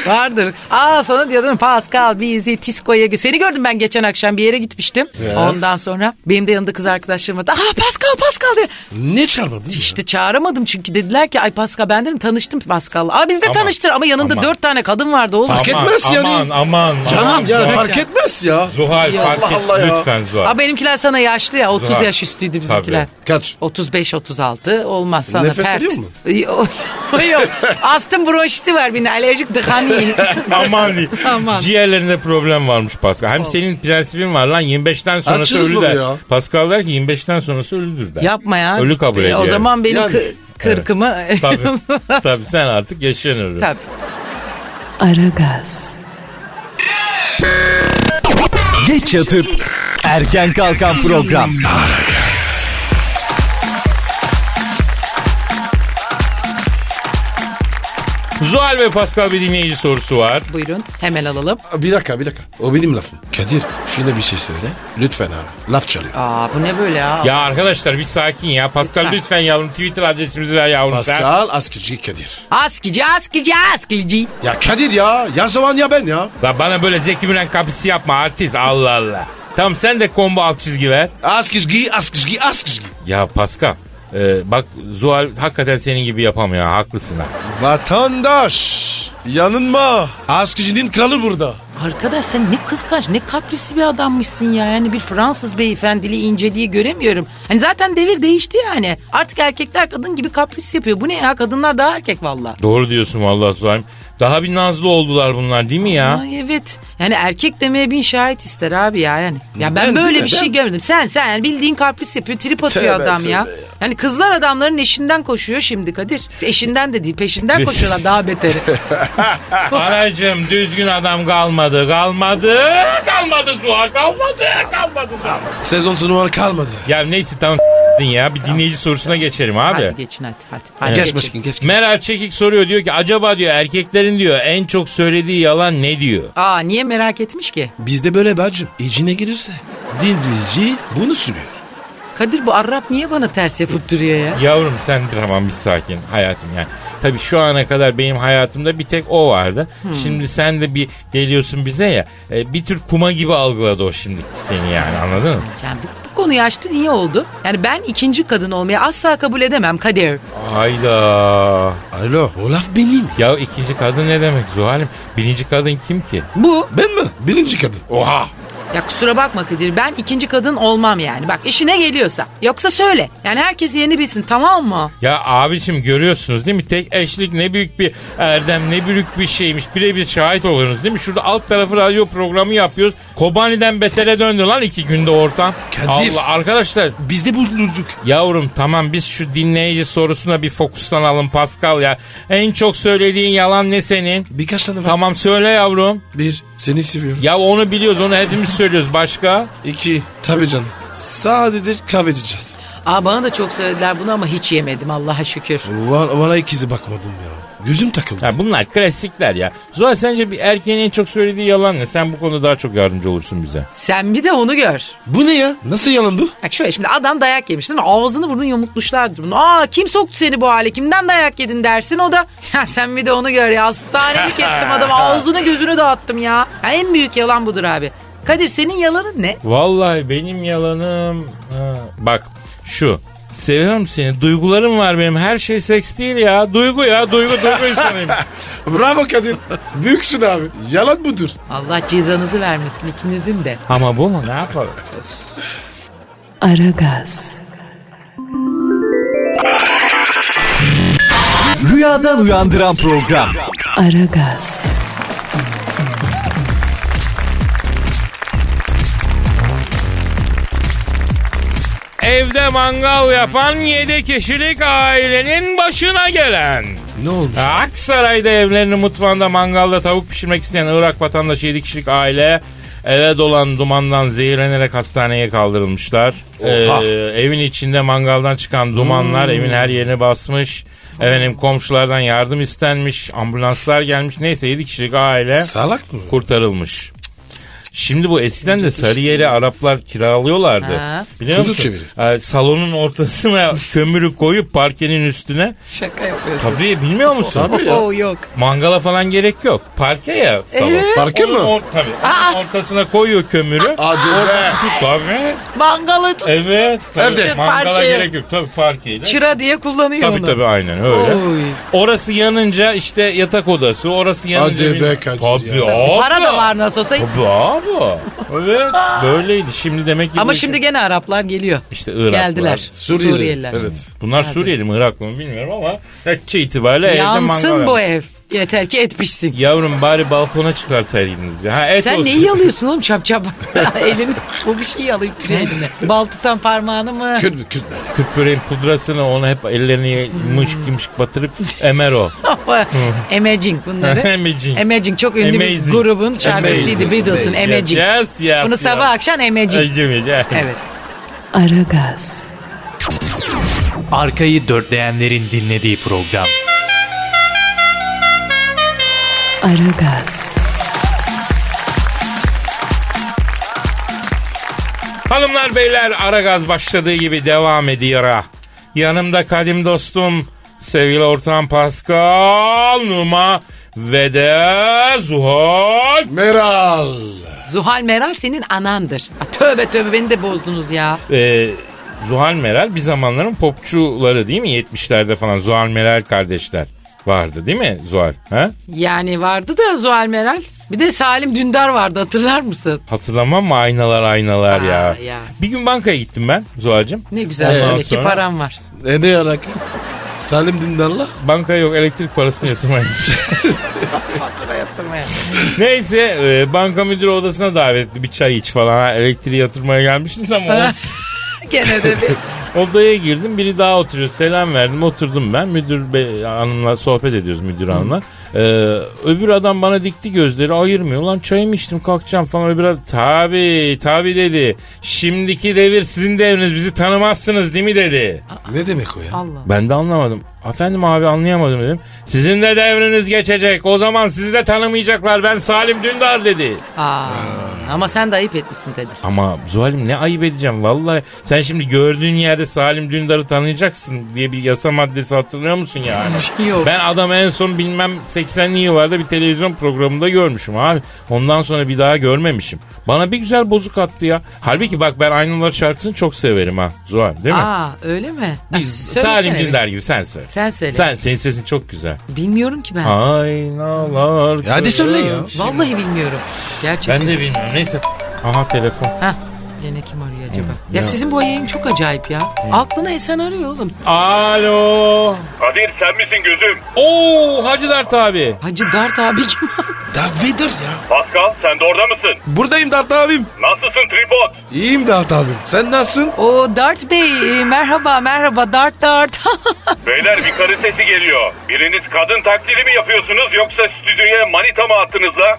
Speaker 5: Vardır. Aa sana diyordum Pascal bizi diskoya gö- Seni gördüm ben geçen akşam bir yere gitmiştim. Ondan sonra benim de yanında kız arkadaşlarım vardı. Aa Pascal Pascal diye.
Speaker 3: Niye çağırmadın? ya?
Speaker 5: İşte çağıramadım çünkü dediler ki ay Pascal ben dedim tanıştım Pascal'la. Aa biz de
Speaker 4: Tamam.
Speaker 5: tanıştır ama yanında
Speaker 4: Tamam.
Speaker 5: dört tane kadın vardı oğlum.
Speaker 3: Fark
Speaker 4: Aman,
Speaker 3: etmez yani.
Speaker 4: Aman aman. aman,
Speaker 3: Canım ya
Speaker 4: Zuhal.
Speaker 3: fark etmez ya.
Speaker 4: Zuhal
Speaker 5: Ya
Speaker 4: fark
Speaker 3: Allah
Speaker 4: et
Speaker 3: Allah ya.
Speaker 4: lütfen Zuhal.
Speaker 5: Aa benimkiler sana yaşlı ya 30
Speaker 4: Zuhal.
Speaker 5: yaş üstüydü bizimkiler.
Speaker 3: Kaç?
Speaker 5: 35-36 olmaz sana
Speaker 3: Nefes
Speaker 5: pert.
Speaker 3: alıyor mu?
Speaker 5: Yok. Yok. Astım bronşiti var benim alerjik dıhan değil.
Speaker 4: Aman diyeyim.
Speaker 5: Aman.
Speaker 4: Ciğerlerinde problem varmış Pascal. Hem senin prensibin var lan 25'ten sonrası
Speaker 3: Açınız
Speaker 4: ölü
Speaker 3: mı
Speaker 4: der.
Speaker 3: ya?
Speaker 4: Pascal der ki 25'ten sonrası ölüdür der.
Speaker 5: Yapma ya.
Speaker 4: Ölü kabul
Speaker 5: Ee,
Speaker 4: ediyor.
Speaker 5: O zaman benim
Speaker 3: Yani.
Speaker 5: kı- kırkımı...
Speaker 4: Tabii. Tabii sen artık yaşayan ölü.
Speaker 5: Tabii.
Speaker 1: Aragaz,
Speaker 6: Geç yatıp erken kalkan program.
Speaker 4: Zuhal ve Pascal bir dinleyici sorusu var.
Speaker 5: Buyurun hemen alalım.
Speaker 3: Bir dakika bir dakika. O benim lafım. Kadir şuna bir şey söyle. Lütfen abi. Laf çalıyor.
Speaker 5: Aa bu ne böyle ya?
Speaker 4: Ya arkadaşlar bir sakin ya. Pascal lütfen,
Speaker 5: Lütfen.
Speaker 4: yavrum Twitter adresimizi ver yavrum sen.
Speaker 3: Pascal Askıcı Kadir.
Speaker 5: Askici askici askici.
Speaker 3: Ya Kadir ya. Ya zaman ya ben ya.
Speaker 4: La bana böyle Zeki Müren kapısı yapma artist Allah Allah. Tamam sen de combo alt çizgi ver.
Speaker 3: Askıcı, Askıcı, Askıcı.
Speaker 4: Ya Pascal e, bak Zuhal hakikaten senin gibi yapamıyor ha, haklısın ha.
Speaker 3: Vatandaş. Yanılma. Askıcı'nın kralı burada.
Speaker 5: Arkadaş sen ne kıskanç ne kaprisli bir adammışsın ya. Yani bir Fransız beyefendiliği inceliği göremiyorum. Hani zaten devir değişti yani. Artık erkekler kadın gibi kapris yapıyor. Bu ne ya kadınlar daha erkek valla.
Speaker 4: Doğru diyorsun vallahi Zuhal'im. Daha bir nazlı oldular bunlar değil mi ya?
Speaker 5: Ay evet. Yani erkek demeye bin şahit ister abi ya yani. Ya ben,
Speaker 3: Ben
Speaker 5: böyle
Speaker 3: değil mi?
Speaker 5: bir şey
Speaker 3: Ben-
Speaker 5: görmedim. Sen sen yani bildiğin kapris yapıyor, trip atıyor
Speaker 3: Tövbe,
Speaker 5: adam
Speaker 3: tövbe
Speaker 5: ya.
Speaker 3: ya.
Speaker 5: Yani kızlar adamların eşinden koşuyor şimdi Kadir. Eşinden de değil, peşinden koşuyorlar daha beteri.
Speaker 4: Anacığım düzgün adam kalmadı kalmadı kalmadı Zuhal kalmadı kalmadı Zuhal.
Speaker 3: Sezon sonu var kalmadı.
Speaker 4: Ya neyse tamam ya bir dinleyici sorusuna geçelim abi.
Speaker 5: hadi geçin hadi. Hadi, hadi
Speaker 3: Geç
Speaker 5: geçin.
Speaker 3: başkan geç.
Speaker 4: Meral Çekik soruyor diyor ki acaba diyor erkeklerin diyor en çok söylediği yalan ne diyor?
Speaker 5: Aa niye merak etmiş ki?
Speaker 3: Bizde böyle bacım. İçine girirse. Dinleyici bunu sürüyor.
Speaker 5: Kadir bu Arap niye bana ters yapıp duruyor ya?
Speaker 4: Yavrum sen tamam bir sakin hayatım yani. Tabii şu ana kadar benim hayatımda bir tek o vardı. Şimdi sen de bir geliyorsun bize ya e, bir tür kuma gibi algıladı o şimdi seni yani anladın mı?
Speaker 5: Yani bu, bu konuyu açtın iyi oldu. Yani ben ikinci kadın olmayı asla kabul edemem Kadir.
Speaker 4: Hayda.
Speaker 3: Alo. O laf benim.
Speaker 4: Ya ikinci kadın ne demek Zuhal'im? Birinci kadın kim ki?
Speaker 5: Bu
Speaker 3: Ben mi? Birinci kadın. Oha.
Speaker 5: Ya kusura bakma Kadir ben ikinci kadın olmam yani. Bak işine geliyorsa. Yoksa söyle. Yani herkes yeni bilsin tamam mı?
Speaker 4: Ya abicim görüyorsunuz değil mi? Tek eşlik ne büyük bir erdem ne büyük bir şeymiş. Birebir şahit olursunuz değil mi? Şurada alt tarafı radyo programı yapıyoruz. Kobani'den betere döndü lan iki günde ortam.
Speaker 3: Kadir.
Speaker 4: Allah arkadaşlar
Speaker 3: Biz de bulduk.
Speaker 4: Yavrum tamam biz şu dinleyici sorusuna bir fokuslanalım Pascal ya. En çok söylediğin yalan ne senin?
Speaker 3: Birkaç tane var.
Speaker 4: Tamam söyle yavrum.
Speaker 3: Bir. Seni seviyorum.
Speaker 4: Ya onu biliyoruz onu hepimiz söylüyoruz. Başka?
Speaker 3: İki. Tabii canım. Sadece kahve içeceğiz.
Speaker 5: Aa bana da çok söylediler bunu ama hiç yemedim Allah'a şükür.
Speaker 3: Var, var ikizi bakmadım ya. Gözüm takıldı.
Speaker 4: Ya bunlar klasikler ya. Zuhal sence bir erkeğin en çok söylediği yalan ne? Sen bu konuda daha çok yardımcı olursun bize.
Speaker 5: Sen bir de onu gör.
Speaker 3: Bu ne ya? Nasıl yalan bu?
Speaker 5: Bak şöyle şimdi adam dayak yemiş değil mi? Ağzını burnunu yumurtmuşlardır bunu. Aa kim soktu seni bu hale? Kimden dayak yedin dersin o da. Ya sen bir de onu gör ya. Hastanelik ettim adam. Ağzını gözünü dağıttım ya. ya. En büyük yalan budur abi. Kadir senin yalanın ne?
Speaker 4: Vallahi benim yalanım... Ha, bak şu. Seviyorum seni. Duygularım var benim. Her şey seks değil ya. Duygu ya. Duygu duygu insanıyım.
Speaker 3: Bravo Kadir. Büyüksün abi. Yalan budur.
Speaker 5: Allah cezanızı vermesin ikinizin de.
Speaker 4: Ama bu mu? Ne yapalım?
Speaker 1: Aragaz,
Speaker 6: Rüyadan uyandıran program.
Speaker 1: Aragaz,
Speaker 4: Evde mangal yapan 7 kişilik ailenin başına gelen.
Speaker 3: Ne olmuş?
Speaker 4: Aksaray'da evlerinin mutfağında mangalda tavuk pişirmek isteyen Irak vatandaşı 7 kişilik aile eve dolan dumandan zehirlenerek hastaneye kaldırılmışlar.
Speaker 3: Oha. Hmm.
Speaker 4: Ee, evin içinde mangaldan çıkan dumanlar evin her yerini basmış. Efendim komşulardan yardım istenmiş. Ambulanslar gelmiş. Neyse 7 kişilik aile
Speaker 3: Salak mı?
Speaker 4: kurtarılmış. Şimdi bu eskiden de Sarıyer'e Araplar kiralıyorlardı.
Speaker 5: Ha.
Speaker 4: Biliyor
Speaker 3: Kuzu
Speaker 4: musun?
Speaker 3: çeviri.
Speaker 4: Ee, salonun ortasına kömürü koyup parkenin üstüne.
Speaker 5: Şaka yapıyorsun.
Speaker 4: Tabii bilmiyor musun?
Speaker 3: Tabii ya.
Speaker 5: Oo yok.
Speaker 4: Mangala falan gerek yok. Parke ya salon.
Speaker 3: Parke
Speaker 4: Onun
Speaker 3: mi?
Speaker 4: or- tabii. Onun ortasına koyuyor kömürü.
Speaker 3: Hadi be.
Speaker 4: Oradan tut- Tabii.
Speaker 5: Mangalı tut-
Speaker 4: Evet.
Speaker 3: Hem
Speaker 4: Tabii.
Speaker 3: de
Speaker 4: Mangala
Speaker 5: parke.
Speaker 4: gerek yok. Tabii parkeyle.
Speaker 5: çıra diye kullanıyor
Speaker 4: Tabii
Speaker 5: onu.
Speaker 4: tabii aynen öyle.
Speaker 5: Oy.
Speaker 4: Orası yanınca işte yatak odası, orası yanınca...
Speaker 3: Hadi
Speaker 4: bilmem-
Speaker 3: be Kadir
Speaker 4: Tabii
Speaker 3: ya.
Speaker 4: abi.
Speaker 5: Para da var nasıl olsa.
Speaker 4: Tabii abi. Evet böyleydi. Şimdi demek ki... bu
Speaker 5: Ama
Speaker 4: işin-
Speaker 5: şimdi gene Araplar geliyor.
Speaker 4: işte Iraklılar.
Speaker 5: Geldiler.
Speaker 3: Suriyeli.
Speaker 5: Suriyeliler.
Speaker 3: Evet.
Speaker 4: Bunlar Suriyeli mi Iraklı mı bilmiyorum ama netçe itibariyle
Speaker 5: E,
Speaker 4: evde mangal
Speaker 5: Yansın bu
Speaker 4: yapmış.
Speaker 5: ev. Yeter ki et pişsin.
Speaker 4: Yavrum bari balkona çıkartaydınız ya. Ha, et
Speaker 5: Sen
Speaker 4: olsun.
Speaker 5: neyi yalıyorsun oğlum çap çap? Elini bu bir şey yalayıp duruyor eline. Bal tutan parmağını mı?
Speaker 3: Kürt mü? Kürt mü?
Speaker 4: Kürt böreğin pudrasını onu hep ellerini
Speaker 5: Hmm.
Speaker 4: mışk yımşık batırıp emer o.
Speaker 5: Emaging bunları.
Speaker 4: Emaging.
Speaker 5: Emaging çok ünlü bir
Speaker 4: Amazing.
Speaker 5: grubun şarkısıydı
Speaker 4: Amazing.
Speaker 5: Beatles'ın Emaging.
Speaker 4: Yes, yes,
Speaker 5: Bunu
Speaker 4: yes.
Speaker 5: sabah akşam Emaging.
Speaker 4: Acımıyor, evet.
Speaker 5: Evet.
Speaker 1: Aragaz,
Speaker 6: Arkayı dörtleyenlerin dinlediği program.
Speaker 1: Aragaz,
Speaker 4: Hanımlar beyler ara gaz başladığı gibi devam ediyor ha. Yanımda kadim dostum sevgili ortağım Pascal Numa ve de Zuhal.
Speaker 3: Meral.
Speaker 5: Zuhal Meral senin anandır. Ha, Tövbe tövbe beni de bozdunuz ya.
Speaker 4: Ee, Zuhal Meral bir zamanların popçuları değil mi 70'lerde falan Zuhal Meral kardeşler vardı değil mi Zuhal? Ha?
Speaker 5: Yani vardı da Zuhal Meral. Bir de Salim Dündar vardı hatırlar mısın?
Speaker 4: Hatırlamam mı aynalar aynalar
Speaker 5: Aa,
Speaker 4: ya.
Speaker 5: ya.
Speaker 4: Bir gün bankaya gittim ben Zuhal'cığım.
Speaker 5: Ne güzel
Speaker 4: Ondan
Speaker 5: demek ki
Speaker 4: sonra-
Speaker 5: param var.
Speaker 3: E ne alaka? Salim Dindar'la.
Speaker 4: Bankaya yok elektrik parasını yatırmaya gitmiş. Neyse e, banka müdürü odasına davetli bir çay iç falan. Ha, elektriği yatırmaya gelmişsiniz ama o-
Speaker 5: Gene de bir
Speaker 4: odaya girdim. Biri daha oturuyor. Selam verdim. Oturdum ben. Müdür be, hanımla sohbet ediyoruz müdür hanımla. E, öbür adam bana dikti gözleri ayırmıyor. Lan çayımı içtim kalkacağım falan. Öbür adam tabi tabi dedi. Şimdiki devir sizin devriniz bizi tanımazsınız değil mi dedi.
Speaker 3: Ne demek o ya?
Speaker 5: Allah.
Speaker 4: Ben de anlamadım. Efendim abi anlayamadım dedim. Sizin de devriniz geçecek. O zaman sizi de tanımayacaklar. Ben Salim Dündar dedi.
Speaker 5: Aa, ama sen de ayıp etmişsin Kadir.
Speaker 4: Ama Zuhal'im ne ayıp edeceğim vallahi. Sen şimdi gördüğün yerde Salim Dündar'ı tanıyacaksın diye bir yasa maddesi hatırlıyor musun yani?
Speaker 5: Yok.
Speaker 4: Ben adam en son bilmem 80'li yıllarda bir televizyon programında görmüşüm abi. Ondan sonra bir daha görmemişim. Bana bir güzel bozuk attı ya. Halbuki bak ben Aynalar şarkısını çok severim ha Zuhal değil mi?
Speaker 5: Aa öyle mi?
Speaker 4: Biz,
Speaker 5: Söylesene
Speaker 4: Salim
Speaker 5: bir.
Speaker 4: Dündar gibi sen söyle.
Speaker 5: Sen söyle.
Speaker 4: Sen, senin sesin çok güzel.
Speaker 5: Bilmiyorum ki ben.
Speaker 4: Aynalar.
Speaker 3: Ya hadi söyle ya.
Speaker 5: Vallahi bilmiyorum. Gerçekten.
Speaker 4: Ben de bilmiyorum. Neyse. Aha telefon.
Speaker 5: Hah. Yine kim arıyor acaba? Ya sizin bu yayın çok acayip ya. Aklına esen arıyor oğlum.
Speaker 4: Alo.
Speaker 7: Kadir sen misin gözüm?
Speaker 4: Oo Hacı Dert abi.
Speaker 5: Hacı Dart abi kim?
Speaker 3: Darth Vader ya.
Speaker 7: Pascal sen de orada mısın?
Speaker 3: Buradayım Dart abim.
Speaker 7: Nasılsın tripod?
Speaker 3: İyiyim Dart abim. Sen nasılsın?
Speaker 5: o Dart Bey e, merhaba merhaba Dart Dart.
Speaker 7: Beyler bir karı sesi geliyor. Biriniz kadın taklidi mi yapıyorsunuz yoksa stüdyoya manita mı attınız la?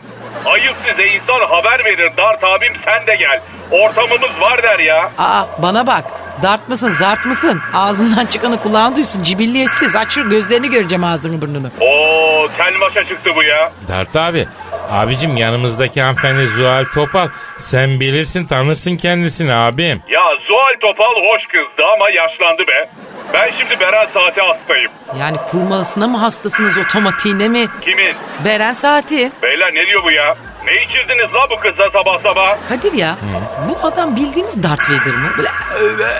Speaker 7: Ayıp size insan haber verir. Dart abim sen de gel. Ortamımız var der ya.
Speaker 5: Aa bana bak. Dart mısın zart mısın? Ağzından çıkanı kulağın duysun cibilliyetsiz. Aç şu gözlerini göreceğim ağzını burnunu.
Speaker 7: Oo tel maşa çıktı bu ya.
Speaker 4: Dert abi. Abicim yanımızdaki hanımefendi Zuhal Topal. Sen bilirsin tanırsın kendisini abim.
Speaker 7: Ya Zuhal Topal hoş kızdı ama yaşlandı be. Ben şimdi Beren Saat'e hastayım.
Speaker 5: Yani kurmalısına mı hastasınız otomatiğine mi?
Speaker 7: Kimin?
Speaker 5: Beren Saati.
Speaker 7: Beyler ne diyor bu ya? Ne içirdiniz la bu kıza sabah sabah?
Speaker 5: Kadir ya bu adam bildiğimiz Darth Vader mı? Böyle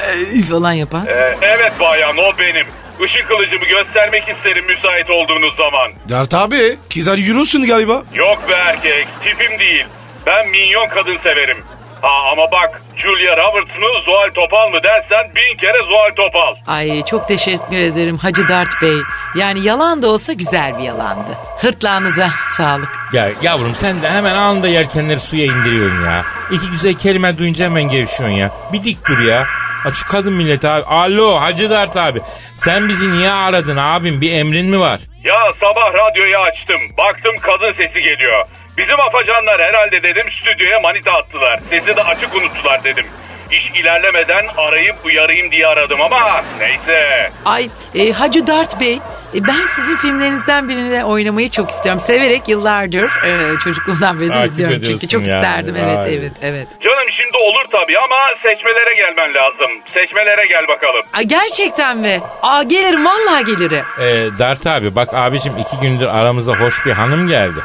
Speaker 5: "Ey" falan yapan.
Speaker 7: Ee, evet bayan o benim. Işık kılıcımı göstermek isterim müsait olduğunuz zaman.
Speaker 3: Dart abi. Kızar yürüyorsun galiba.
Speaker 7: Yok be erkek tipim değil. Ben minyon kadın severim. Ha ama bak Julia Roberts mı Zuhal Topal mı dersen bin kere Zuhal Topal.
Speaker 5: Ay çok teşekkür ederim Hacı Dert Bey. Yani yalan da olsa güzel bir yalandı. Hırtlağınıza sağlık.
Speaker 4: Ya yavrum sen de hemen anında yelkenleri suya indiriyorsun ya. İki güzel kelime duyunca hemen gevşiyorsun ya. Bir dik dur ya. Ha şu kadın milleti abi. Alo Hacı Dert abi. Sen bizi niye aradın abim? Bir emrin mi var?
Speaker 7: Ya sabah radyoyu açtım. Baktım kadın sesi geliyor. Bizim afacanlar herhalde dedim stüdyoya manita attılar. Sesi de açık unuttular dedim. İş ilerlemeden arayıp uyarayım diye aradım ama neyse.
Speaker 5: Ay e, Hacı Dert Bey E, Ben sizin filmlerinizden birine oynamayı çok istiyorum. Severek yıllardır e, çocukluğumdan beri de
Speaker 4: Takip
Speaker 5: izliyorum
Speaker 4: ediyorsun
Speaker 5: çünkü. Çok
Speaker 4: yani.
Speaker 5: isterdim. Evet,
Speaker 4: Vay.
Speaker 5: evet, evet.
Speaker 7: Canım şimdi olur tabii ama seçmelere gelmen lazım. Seçmelere gel bakalım.
Speaker 5: Aa, gerçekten mi? Aa gelirim vallahi gelirim.
Speaker 4: Ee, Dert abi bak abicim iki gündür aramıza hoş bir hanım geldi.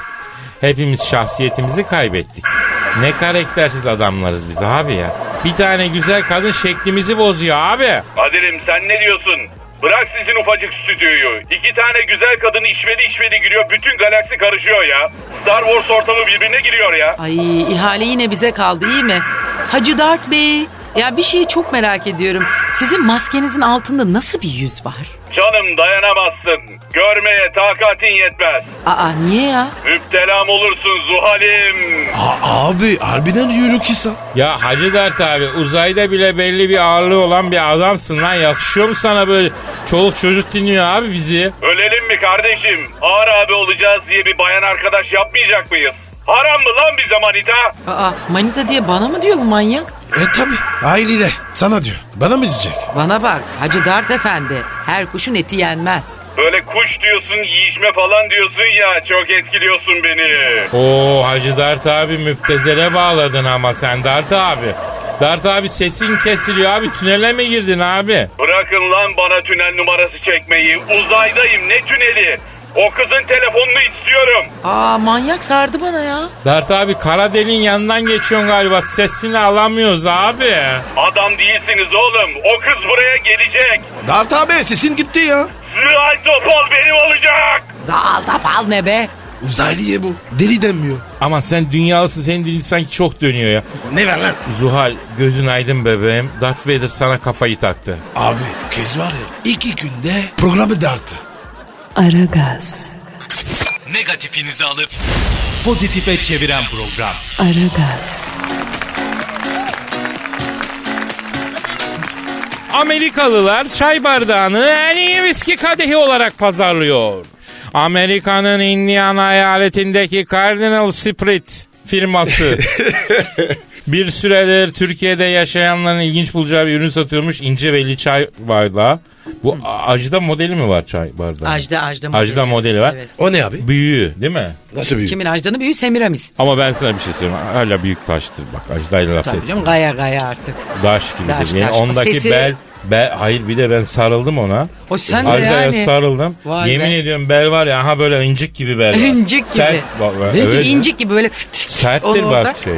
Speaker 4: Hepimiz şahsiyetimizi kaybettik. Ne karaktersiz adamlarız biz abi ya. Bir tane güzel kadın şeklimizi bozuyor abi.
Speaker 7: Kadir'im sen ne diyorsun? Bırak sizin ufacık stüdyoyu. İki tane güzel kadın işveli işveli giriyor. Bütün galaksi karışıyor ya. Star Wars ortamı birbirine giriyor ya.
Speaker 5: Ay ihale yine bize kaldı iyi mi? Hacı Dart Bey ya bir şeyi çok merak ediyorum. Sizin maskenizin altında nasıl bir yüz var?
Speaker 7: Canım dayanamazsın. Görmeye takatin yetmez.
Speaker 5: Aa niye ya?
Speaker 7: Müptelam olursun Zuhal'im.
Speaker 3: Aa, abi harbiden yürük insan.
Speaker 4: Ya Hacı Dert abi uzayda bile belli bir ağırlığı olan bir adamsın lan. Yakışıyor mu sana böyle çoluk çocuk dinliyor abi bizi?
Speaker 7: Ölelim mi kardeşim? Ağır abi olacağız diye bir bayan arkadaş yapmayacak mıyız? Haram mı lan bize manita?
Speaker 5: Aa manita diye bana mı diyor bu manyak?
Speaker 3: E tabi haliyle sana diyor. Bana mı diyecek?
Speaker 5: Bana bak Hacı Dart Efendi her kuşun eti yenmez.
Speaker 7: Böyle kuş diyorsun, yiyişme falan diyorsun ya çok etkiliyorsun beni.
Speaker 4: Oo Hacı Dert abi müptezele bağladın ama sen Dert abi. Dert abi sesin kesiliyor abi tünele mi girdin abi?
Speaker 7: Bırakın lan bana tünel numarası çekmeyi. Uzaydayım ne tüneli? O kızın telefonunu istiyorum.
Speaker 5: Aa manyak sardı bana ya.
Speaker 4: Dert abi kara delin yanından geçiyorsun galiba sesini alamıyoruz abi.
Speaker 7: Adam değilsiniz oğlum. O kız buraya gelecek.
Speaker 3: Dart abi sesin gitti ya.
Speaker 7: Zıhal topal benim olacak.
Speaker 5: Zalda pal ne be?
Speaker 3: Uzaylıya bu. Deli denmiyor.
Speaker 4: Ama sen dünyalısın senin dilin sanki çok dönüyor ya.
Speaker 3: Ne var lan?
Speaker 4: Zuhal gözün aydın bebeğim Darth Vader sana kafayı taktı.
Speaker 3: Abi kız var ya iki günde programı darttı.
Speaker 1: Aragaz,
Speaker 6: Negatifinizi alıp pozitife çeviren program.
Speaker 1: Aragaz,
Speaker 4: Amerikalılar çay bardağını en iyi viski kadehi olarak pazarlıyor. Amerika'nın Indiana eyaletindeki Cardinal Spirit firması bir süredir Türkiye'de yaşayanların ilginç bulacağı bir ürün satıyormuş. ince belli çay bardağı. Bu A- Ajda modeli mi var çay bardağı?
Speaker 5: Ajda Ajda modeli.
Speaker 4: Ajda modeli var.
Speaker 5: Evet.
Speaker 3: O ne abi?
Speaker 4: Büyüğü değil mi?
Speaker 3: Nasıl büyük?
Speaker 5: Kimin Ajda'nın büyüğü Semiramis.
Speaker 4: Ama ben sana bir şey söyleyeyim. Hala büyük taştır bak. Ajda'yla laf
Speaker 5: Tabii
Speaker 4: et.
Speaker 5: canım gaya gaya artık.
Speaker 4: Daş gibidir.
Speaker 5: Daş,
Speaker 4: yani
Speaker 5: daş.
Speaker 4: ondaki
Speaker 5: Sesi-
Speaker 4: bel, bel... Hayır bir de ben sarıldım ona.
Speaker 5: O sen de
Speaker 4: Ajda'ya
Speaker 5: yani.
Speaker 4: sarıldım.
Speaker 5: Vay
Speaker 4: Yemin
Speaker 5: be.
Speaker 4: ediyorum bel var ya ha böyle incik gibi bel var.
Speaker 5: İncik gibi.
Speaker 4: Sert, bak, bak,
Speaker 5: İnci-
Speaker 4: evet,
Speaker 5: incik gibi böyle
Speaker 4: Serttir
Speaker 5: Onu orada-
Speaker 4: bak şey.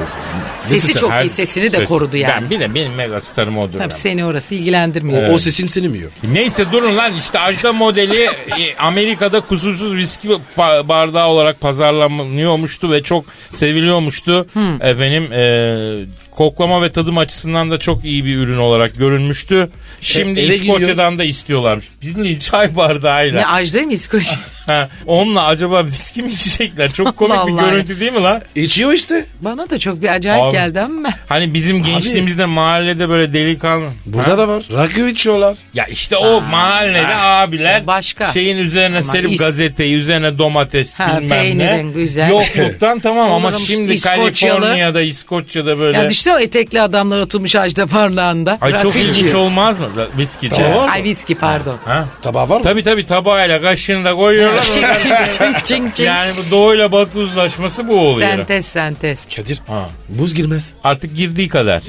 Speaker 5: Sesi
Speaker 4: Sert-
Speaker 5: çok iyi sesini de
Speaker 4: ses-
Speaker 5: korudu yani.
Speaker 4: Ben bir de benim mega starım odur.
Speaker 5: Tabii
Speaker 4: ben.
Speaker 5: seni orası ilgilendirmiyor.
Speaker 3: O sesin seni mi yiyor?
Speaker 4: Neyse durun lan işte Ajda modeli e, Amerika'da kusursuz viski ba- bardağı olarak pazarlanıyormuştu ve çok seviliyormuştu. Efendim e, koklama ve tadım açısından da çok iyi bir ürün olarak görünmüştü. Şimdi
Speaker 3: E, eve
Speaker 4: İskoçya'dan da istiyorlarmış. Bildiğin çay bardağıyla.
Speaker 5: Ne Ajda mı İskoç?
Speaker 4: Ha, onunla acaba viski mi içecekler? Çok komik bir
Speaker 5: Vallahi.
Speaker 4: görüntü değil mi lan?
Speaker 3: İçiyor işte.
Speaker 5: Bana da çok bir acayip
Speaker 4: Abi.
Speaker 5: geldi ama.
Speaker 4: Hani bizim gençliğimizde mahallede böyle delikanlı.
Speaker 3: Burada da var. Rakı içiyorlar.
Speaker 4: Ya işte o mahallede abiler
Speaker 5: Başka.
Speaker 4: şeyin üzerine
Speaker 5: Ama
Speaker 4: serip
Speaker 5: is-
Speaker 4: gazeteyi, üzerine domates
Speaker 5: Ha,
Speaker 4: bilmem ne.
Speaker 5: peynirin güzel.
Speaker 4: Yokluktan tamam ama
Speaker 5: Olurum
Speaker 4: şimdi
Speaker 5: İskoçyalı.
Speaker 4: Kaliforniya'da, İskoçya'da böyle.
Speaker 5: Ya düştü o etekli adamlar oturmuş Ajda parlağında.
Speaker 4: Ay çok
Speaker 5: Rakı
Speaker 4: ilginç
Speaker 5: içiyor.
Speaker 4: olmaz mı? La- Viskici.
Speaker 3: Tamam.
Speaker 5: Ay viski pardon.
Speaker 4: Ha?
Speaker 3: Tabağı var mı?
Speaker 4: Tabii tabii tabağıyla kaşığını da koyuyorlar.
Speaker 5: çing çing çing çing çing.
Speaker 4: yani bu doğuyla batı uzlaşması bu oluyor.
Speaker 5: Sentez sentez.
Speaker 3: Kadir.
Speaker 4: Ha.
Speaker 3: Buz girmez.
Speaker 4: Artık girdiği kadar.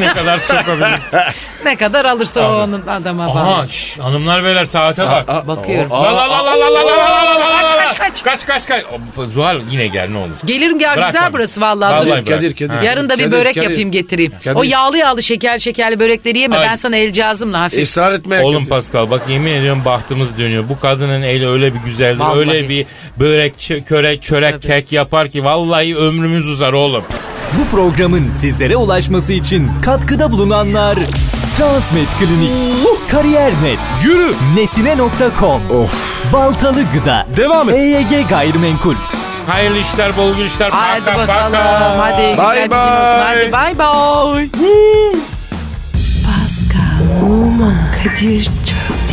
Speaker 4: ne kadar sokabilir.
Speaker 5: Ne kadar alırsa o onun adama
Speaker 4: Aha
Speaker 5: bağlı.
Speaker 4: şş, hanımlar beyler saate bak.
Speaker 3: Aa,
Speaker 5: Bakıyorum.
Speaker 3: aa,
Speaker 4: La la la la la la la la la la
Speaker 5: Kaç, kaç,
Speaker 4: kaç kaç kaç. Zuhal yine gel ne olur.
Speaker 5: Gelirim ya
Speaker 4: Bırakma
Speaker 5: güzel
Speaker 4: bizi.
Speaker 5: burası vallahi.
Speaker 4: Vallahi
Speaker 5: Dur.
Speaker 3: Kadir, Kadir, Kadir.
Speaker 5: Yarın da bir
Speaker 3: Kadir,
Speaker 5: börek
Speaker 3: Kadir.
Speaker 5: yapayım getireyim.
Speaker 3: Kadir.
Speaker 5: O yağlı yağlı şeker şekerli börekleri yeme.
Speaker 4: Ay.
Speaker 5: Ben sana el cihazımla hafif.
Speaker 3: Israr etme.
Speaker 4: Oğlum
Speaker 3: Kadir.
Speaker 4: Pascal bak yemin ediyorum bahtımız dönüyor. Bu kadının eli öyle bir güzeldir.
Speaker 5: Vallahi.
Speaker 4: Öyle bir börek, çö- körek, çörek,
Speaker 5: Tabii.
Speaker 4: kek yapar ki vallahi ömrümüz uzar oğlum.
Speaker 6: Bu programın sizlere ulaşması için katkıda bulunanlar Transmed Klinik, Kariyer.net,
Speaker 3: Yürü.
Speaker 6: Nesine.com, Baltalı Gıda,
Speaker 3: Devam et.
Speaker 6: EYG Gayrimenkul.
Speaker 4: Hayırlı işler, bol günler.
Speaker 5: Hadi
Speaker 4: Paka,
Speaker 5: bakalım.
Speaker 4: paka.
Speaker 5: Hadi güzel
Speaker 3: Bye
Speaker 5: bir gün olsun.
Speaker 3: bye.
Speaker 5: Hadi bay bay.
Speaker 1: Pascal, Oman, Kadir çok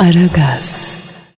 Speaker 1: Aragaz.